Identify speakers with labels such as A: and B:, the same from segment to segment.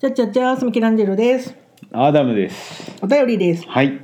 A: じゃじゃじゃー、スミキランジェロです。
B: アダムです。
A: お便りです。
B: はい。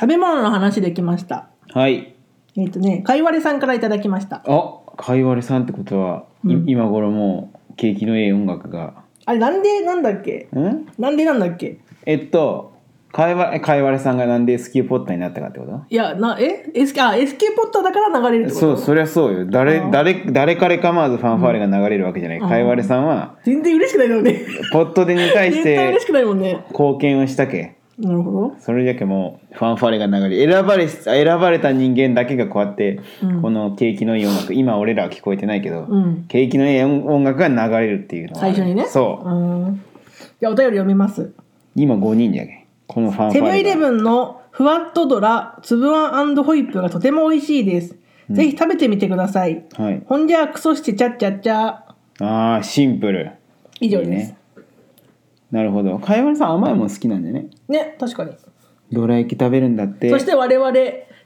A: 食べ物の話できました。
B: はい。
A: えっ、とね、かいわれさんからいただきました。
B: あ、かいわれさんってことは、い
A: うん
B: 今頃もう景気のいい音楽が。
A: あれ、なんでなんだっけ
B: ん
A: なんでなんだっけ
B: えっと、かいわれ、かいわれさんがなんでスキーポッターになったかってこと
A: いや、な、え ?SK、あ、SK ポッターだから流れるってこと
B: そう、そりゃそうよ。
A: あ
B: 誰、
A: ー
B: 誰、誰彼構わずファンファーレが流れるわけじゃない。
A: うん
B: かいわれさんは、
A: 全然嬉しくないのね。
B: ポットでに対し
A: 絶 対嬉してくないもんね。
B: 貢献をしたけ。
A: なるほど。
B: それだけもうファンファーレが流れ選ばれ選ばれた人間だけがこうやって、
A: うん
B: この景気のいい音楽今俺らは聞こえてないけど、
A: うん
B: 景気のいい音楽が流れるっていうのは
A: 最初にね。
B: そう
A: うん。じゃあ、お便り読みます。
B: 今5人じゃけこのファンフ
A: セ
B: ァ
A: ブン
B: ー
A: イ
B: レ
A: レブ
B: が
A: ンのふわっとドラ、つぶあんホイップがとても美味しいです。ぜひ食べてみてください。
B: はい
A: ほんじゃあ、クソしてちゃっちゃっちゃ。
B: ああシンプル
A: 以上です。
B: い
A: ね
B: いねなるほどかいわれさん甘いもん好きなんだよね
A: 確かに。
B: どら焼き食べるんだって
A: そして我々、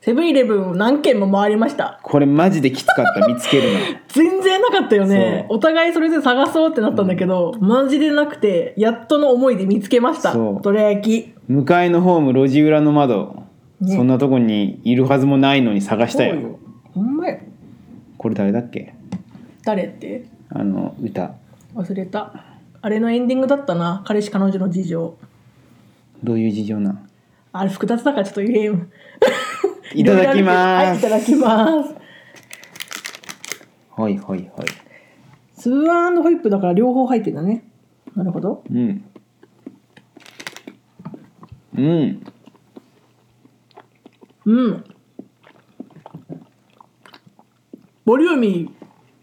A: セブンイレブンを何軒も回りました。
B: これマジできつかった見つける の
A: 全然なかったよね。
B: そ
A: お互いそれで探そうってなったんだけど、マジでなくて、やっとの思いで見つけました。
B: そう
A: どら焼き。
B: 向かいのホーム路地裏の窓、
A: ね
B: そんなとこにいるはずもないのに探した
A: そう
B: よ
A: よ。ほんまや。
B: これ誰だっけ
A: 誰って
B: あの歌
A: 忘れた。あれのエンディングだったな。彼氏彼女の事情。
B: どういう事情なん
A: あれ複雑だからちょっと言えよ。
B: いただき
A: は
B: ます
A: い、いただきます。
B: はいはいはい
A: ツーアンホイップだから両方入ってんだね。なるほど。
B: うんうん
A: うん。ボリューミー、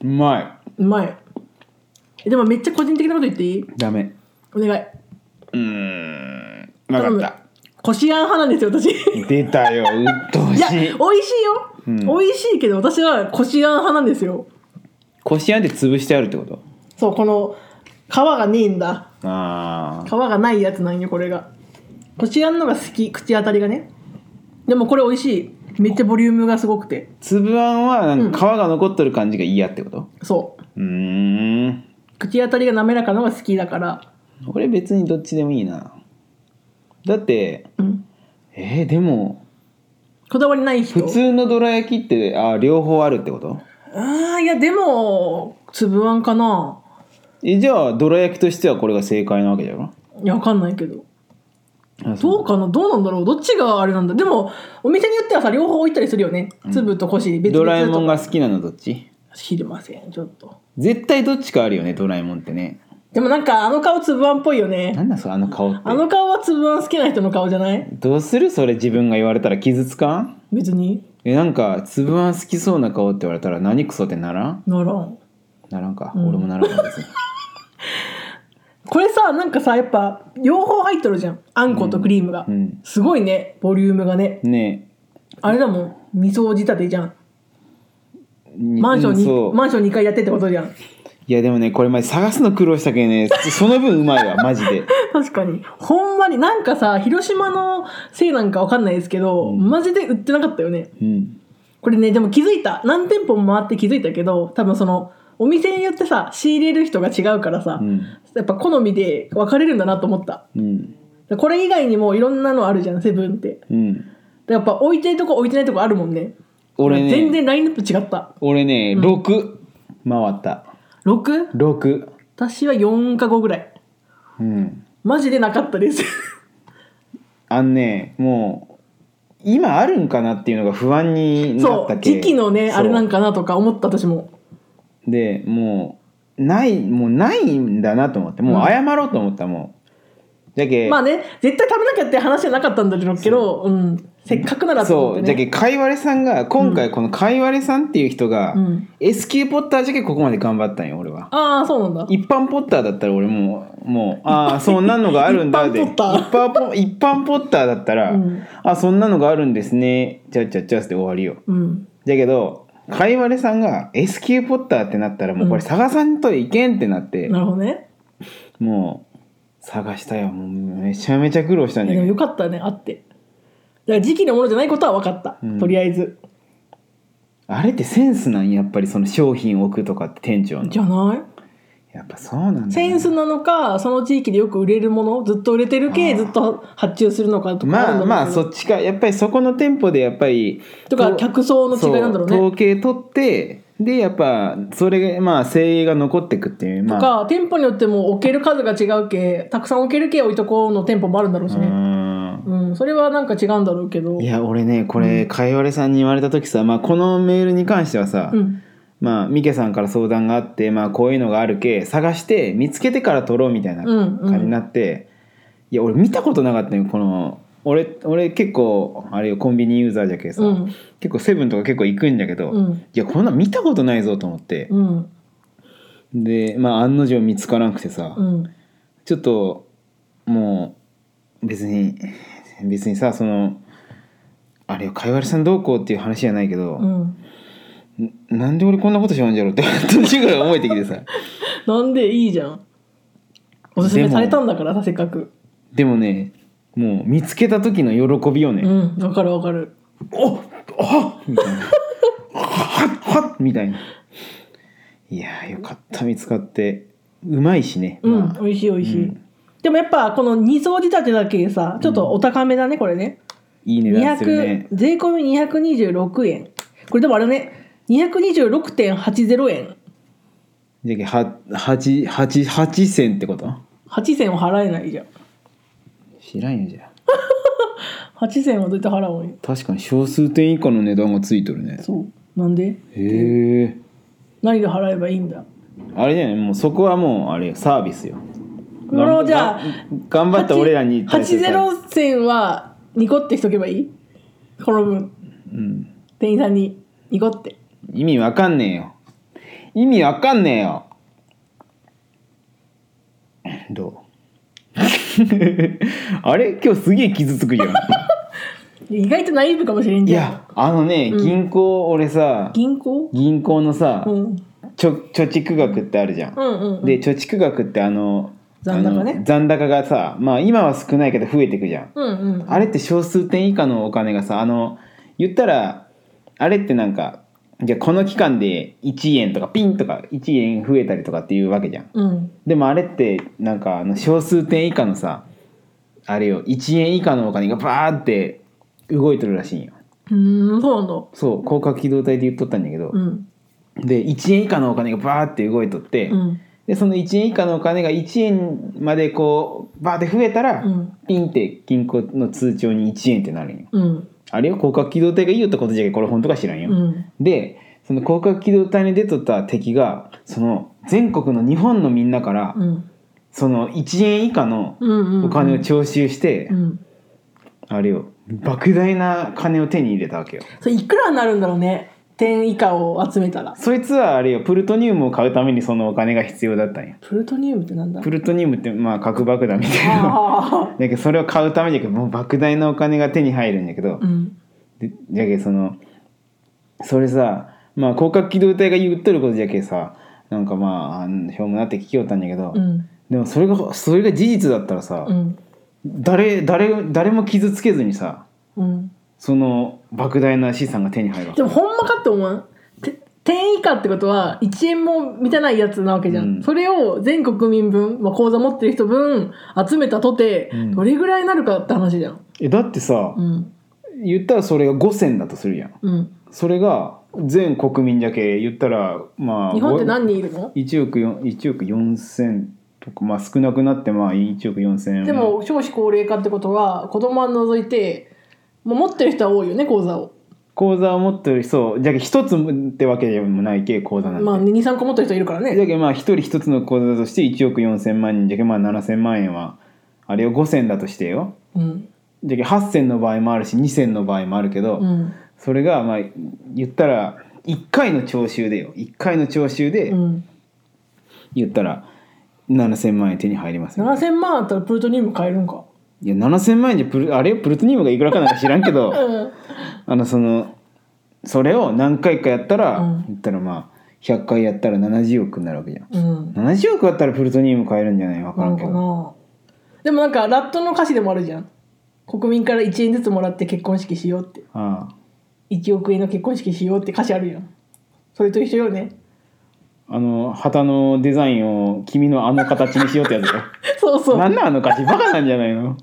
B: うま
A: うまい。えでもめっちゃ個人的なこと言っていい
B: いダメ
A: お願い。
B: うーんわかった
A: こしあん派なんですよ、 私。い
B: 出たようっとう
A: や、
B: し
A: 美味しい
B: い
A: よ。
B: うん
A: 美味しいけど、私はこしあん派なんですよ。
B: こしあんって潰してあるってこと
A: そう、この、皮がねえんだ。
B: あ
A: 皮がないやつなんよこれがこしあんのが好き口当たりがねでもこれ美味しいめっちゃボリュームがすごくて
B: つぶあんはなんか皮が残っとる感じが嫌ってこと
A: そう
B: うーん
A: 口当たりが滑らかのが好きだから
B: 俺別にどっちでもいいなだって
A: うん
B: えー、でも
A: こだわりない人
B: 普通のどら焼きってあー両方あるってこと
A: あーいやでも粒あんかな
B: えじゃあどら焼きとしてはこれが正解なわけだろ
A: いやわかんないけど
B: あそう
A: どうかなどうなんだろうどっちがあれなんだでもお店によってはさ両方置いたりするよね粒とこし別
B: ドラえ
A: 々
B: もん
A: とか
B: が好きなのどっち
A: 知りませんちょっと
B: 絶対どっちかあるよねドラえもんってね
A: でもなんかあの顔粒あんっぽいよね
B: なんだそれあの顔って
A: あの顔は粒あん好きな人の顔じゃない
B: どうするそれ自分が言われたら傷つかん
A: 別に
B: えなんかつぶあん好きそうな顔って言われたら何クソってならん
A: ならん
B: ならんか、
A: うん
B: 俺もならんかですね
A: これさなんかさやっぱ両方入っとるじゃんあんことクリームが、
B: うん
A: すごいねボリュームがね
B: ね
A: あれだもん味噌仕立てじゃん
B: えに
A: マンション
B: うん
A: に、
B: そう
A: マンション2階やってってことじゃん
B: いやでもねこれ前探すの苦労したけどねその分うまい わマジで
A: 確かにほんまになんかさ広島のせいなんかわかんないですけど、
B: うん
A: マジで売ってなかったよね
B: うん
A: これねでも気づいた何店舗も回って気づいたけど多分そのお店によってさ仕入れる人が違うからさ、
B: うん
A: やっぱ好みで分かれるんだなと思った
B: うん
A: これ以外にもいろんなのあるじゃんセブンって
B: うん
A: やっぱ置いてるとこ置いてないとこあるもんね
B: 俺ね
A: 全然ラインナップ違った
B: 俺ね、
A: うん
B: 6回った
A: 6?
B: 6
A: 私は4か5ぐらい
B: うん
A: マジでなかったです
B: あのねもう今あるんかなっていうのが不安にな
A: そ
B: った
A: う
B: け
A: 時期のね
B: そう
A: あれなんかなとか思った私も
B: でもうないもうないんだなと思ってもう謝ろうと思った、もうじゃけ、
A: まあね絶対食べなきゃって話はなかったんだけどうん、せっかくならと
B: そ
A: 思
B: う
A: っ
B: じ
A: て、
B: ゃけ
A: ね、
B: かいわれさんが今回このかいわれさんっていう人が、
A: うん、
B: S 級ポッターじゃけここまで頑張ったんよ俺は
A: ああそうなんだ
B: 一般ポッターだったら俺もうもうああそんなのがあるん だで
A: 一般ポッ
B: 一般ポ一般ポッターだったら、
A: うん
B: あそんなのがあるんですねじゃちゃちゃって終わりよ
A: うん
B: だけどかいわれさんが S 級ポッターってなったらもうこれ探さんといけんってなって、
A: なるほどね
B: もう探したよもうめちゃめちゃ苦労したん
A: で
B: だけ
A: も
B: ど
A: よかったねあってだから時期のものじゃないことは分かった、
B: うん
A: とりあえず
B: あれってセンスなんやっぱりその商品置くとかって店長の
A: じゃない
B: やっぱそうなんだね、
A: センスなのかその地域でよく売れるものずっと売れてる
B: あ
A: 系
B: ー
A: ずっと発注するのかとかる
B: ま
A: んだろ
B: あ
A: うけど
B: まあそっちかやっぱりそこの店舗でやっぱり
A: とか客層の違いなんだろうね
B: そ統計取ってでやっぱそれがまあ精鋭が残ってくっていうま
A: と
B: あ
A: か、店舗によっても置ける数が違うけたくさん置ける系置いとこうの店舗もあるんだろうし
B: う
A: ね、
B: ん
A: うんそれはなんか違うんだろうけど
B: いや俺ねこれかいわれさんに言われた時さ、まあ、このメールに関してはさ、
A: うん
B: まあミケさんから相談があって、まあ、こういうのがあるけ探して見つけてから撮ろうみたいな
A: うんうん
B: 感じになって、いや俺見たことなかったよこの俺俺結構あれよコンビニユーザーじゃけさ、
A: うん
B: 結構セブンとか結構行くんだけど、
A: う
B: い
A: ん
B: やこんなん見たことないぞと思って、
A: うん
B: でまあ案の定見つからなくてさ、
A: うん
B: ちょっともう別に別にさそのあれよかいわれさんどうこうっていう話じゃないけど、
A: うん
B: なんで俺こんなことしようんじゃろうって 途中から思えてきてさ
A: なんでいいじゃんおすすめされたんだからさせっかく
B: でもねもう見つけた時の喜びよ
A: う
B: ね、
A: んわかるわかる
B: おあみたいなはっはっみたいないやーよかった見つかってうまいしね、
A: うん、
B: まあ
A: 美味しい美味しい、
B: うん
A: でもやっぱこの二層仕立てだけさちょっとお高めだねこれね、
B: いい値段するね
A: 200税込み226円これでもあれね226.80円
B: じゃけは八八八銭ってこと
A: 8銭を払えないじゃん
B: 知らんよじゃあ
A: 8銭は絶対払おうよ
B: 確かに小数点以下の値段がついとるね
A: そうなんで
B: へえ
A: 何で払えばいいんだ
B: あれじゃないもうそこはもうあれよサービスよ
A: これをじゃあ
B: 頑張った俺らに対して
A: 八
B: さ
A: ゼロ銭はニコってしとけばいいこの分
B: うん、
A: 店員さんにニコって
B: 意味わかんねえよ意味わかんねえよどう あれ今日すげえ傷つくじ ゃん
A: 意外とナイーブかもしれん
B: い
A: じゃん
B: やあのね、
A: うん
B: 銀行俺さ
A: 銀行
B: 銀行のさ、
A: うん
B: ちょ貯蓄額ってあるじゃん、
A: うんうんうん
B: で貯蓄額ってあの
A: 残高ね
B: あの残高がさまあ今は少ないけど増えていくじゃん
A: うんうん
B: あれって少数点以下のお金がさあの言ったらあれってなんかじゃあこの期間で1円とかピンとか1円増えたりとかっていうわけじゃん
A: うん
B: でもあれってなんかあの少数点以下のさあれよ1円以下のお金がバーって動いてるらしいんよ
A: うーんそうなんだ
B: そう広角機動隊で言っとったんだけど
A: う、ん
B: で1円以下のお金がバーって動いとって、
A: うん
B: でその1円以下のお金が1円までこうバーって増えたら、
A: うん
B: ピンって銀行の通帳に1円ってなるんよ
A: うん
B: あれよ広角機動隊がいいよってことじゃけこれ本当か知らんよ、
A: うん
B: でその広角機動隊に出とった敵がその全国の日本のみんなから、
A: うん
B: その1円以下の
A: うんうんうん
B: お金を徴収して、
A: うん
B: あれよ莫大な金を手に入れたわけよ
A: それいくらになるんだろうね点以下を集めたら
B: そいつはあれよプルトニウムを買うためにそのお金が必要だったんや
A: プルトニウムってなんだ
B: プルトニウムってまあ核爆弾みたいな
A: ああ
B: だけどそれを買うためにもう莫大なお金が手に入るんだけど、
A: うん
B: でじゃけそのそれさまあ広角機動隊が言っとることじゃけさなんかまああんしょうもなって聞きよったんだけど、
A: うん
B: でもそれがそれが事実だったらさ、
A: うん
B: 誰誰誰も傷つけずにさ
A: うん
B: その莫大な資産が手に入るわ
A: でもほんまかって思わんて点以下ってことは1円も満たないやつなわけじゃん、
B: うん
A: それを全国民分、まあ、口座持ってる人分集めたとて
B: うん
A: どれぐらいになるかって話じゃん
B: えだってさ、
A: うん
B: 言ったらそれが5,000だとするやん
A: うん
B: それが全国民じゃけ言ったらまあ
A: 日本って何人いるの
B: 1億4 1億4000とかまあ少なくなってまあ1億4000
A: でも少子高齢化ってことは子供は除いてもう持ってる人は多いよね口座を
B: 口座を持ってるそうじゃけ一つってわけでもないけ口座なんで、
A: まあ23個持ってる人いるから
B: じゃ
A: ね
B: けまあ一人一つの口座として1億4000万人じゃけまあ7000万円はあれを5000だとしてよ
A: うん
B: じゃけ8000の場合もあるし2000の場合もあるけど、
A: うん
B: それがまあ言ったら1回の徴収でよ1回の徴収で
A: うん
B: 言ったら7000万円手に入りますよ、
A: 7000万あったらプルトニウム買えるんか
B: いや7000万円じゃプルあれよプルトニウムがいくらかなんか知らんけど
A: うん
B: あのそのそれを何回かやったら、
A: うん
B: 言ったらまあ100回やったら70億になるわけじゃん
A: うん
B: 70億あったらプルトニウム買えるんじゃない分か
A: な
B: らん
A: の
B: け
A: か
B: ど
A: なでもなんかラットの歌詞でもあるじゃん国民から1円ずつもらって結婚式しようって
B: ああ
A: 1億円の結婚式しようって歌詞あるやんそれと一緒よね
B: あの旗のデザインを君のあの形にしようってやつだよ
A: そうそ
B: な
A: うん
B: なんあの形バカなんじゃないの、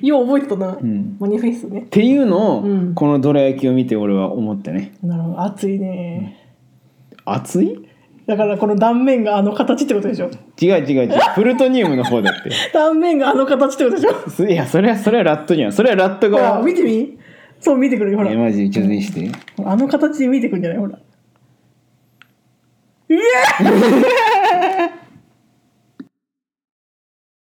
A: よう覚えてたな、
B: うん、
A: マニフェストね
B: っていうのを、
A: うん
B: このどら焼きを見て俺は思ってね
A: なるほど熱いね
B: 熱い
A: だからこの断面があの形ってことでしょ
B: 違う違う違うプルトニウムの方だって
A: 断面があの形ってこと でしょ
B: すいやそれはそれはラットじゃんそれはラット
A: ほら
B: が
A: 見てみそう見てくるよほら
B: えマジちょっと見して
A: あの形で見てくんじゃないほら。うえ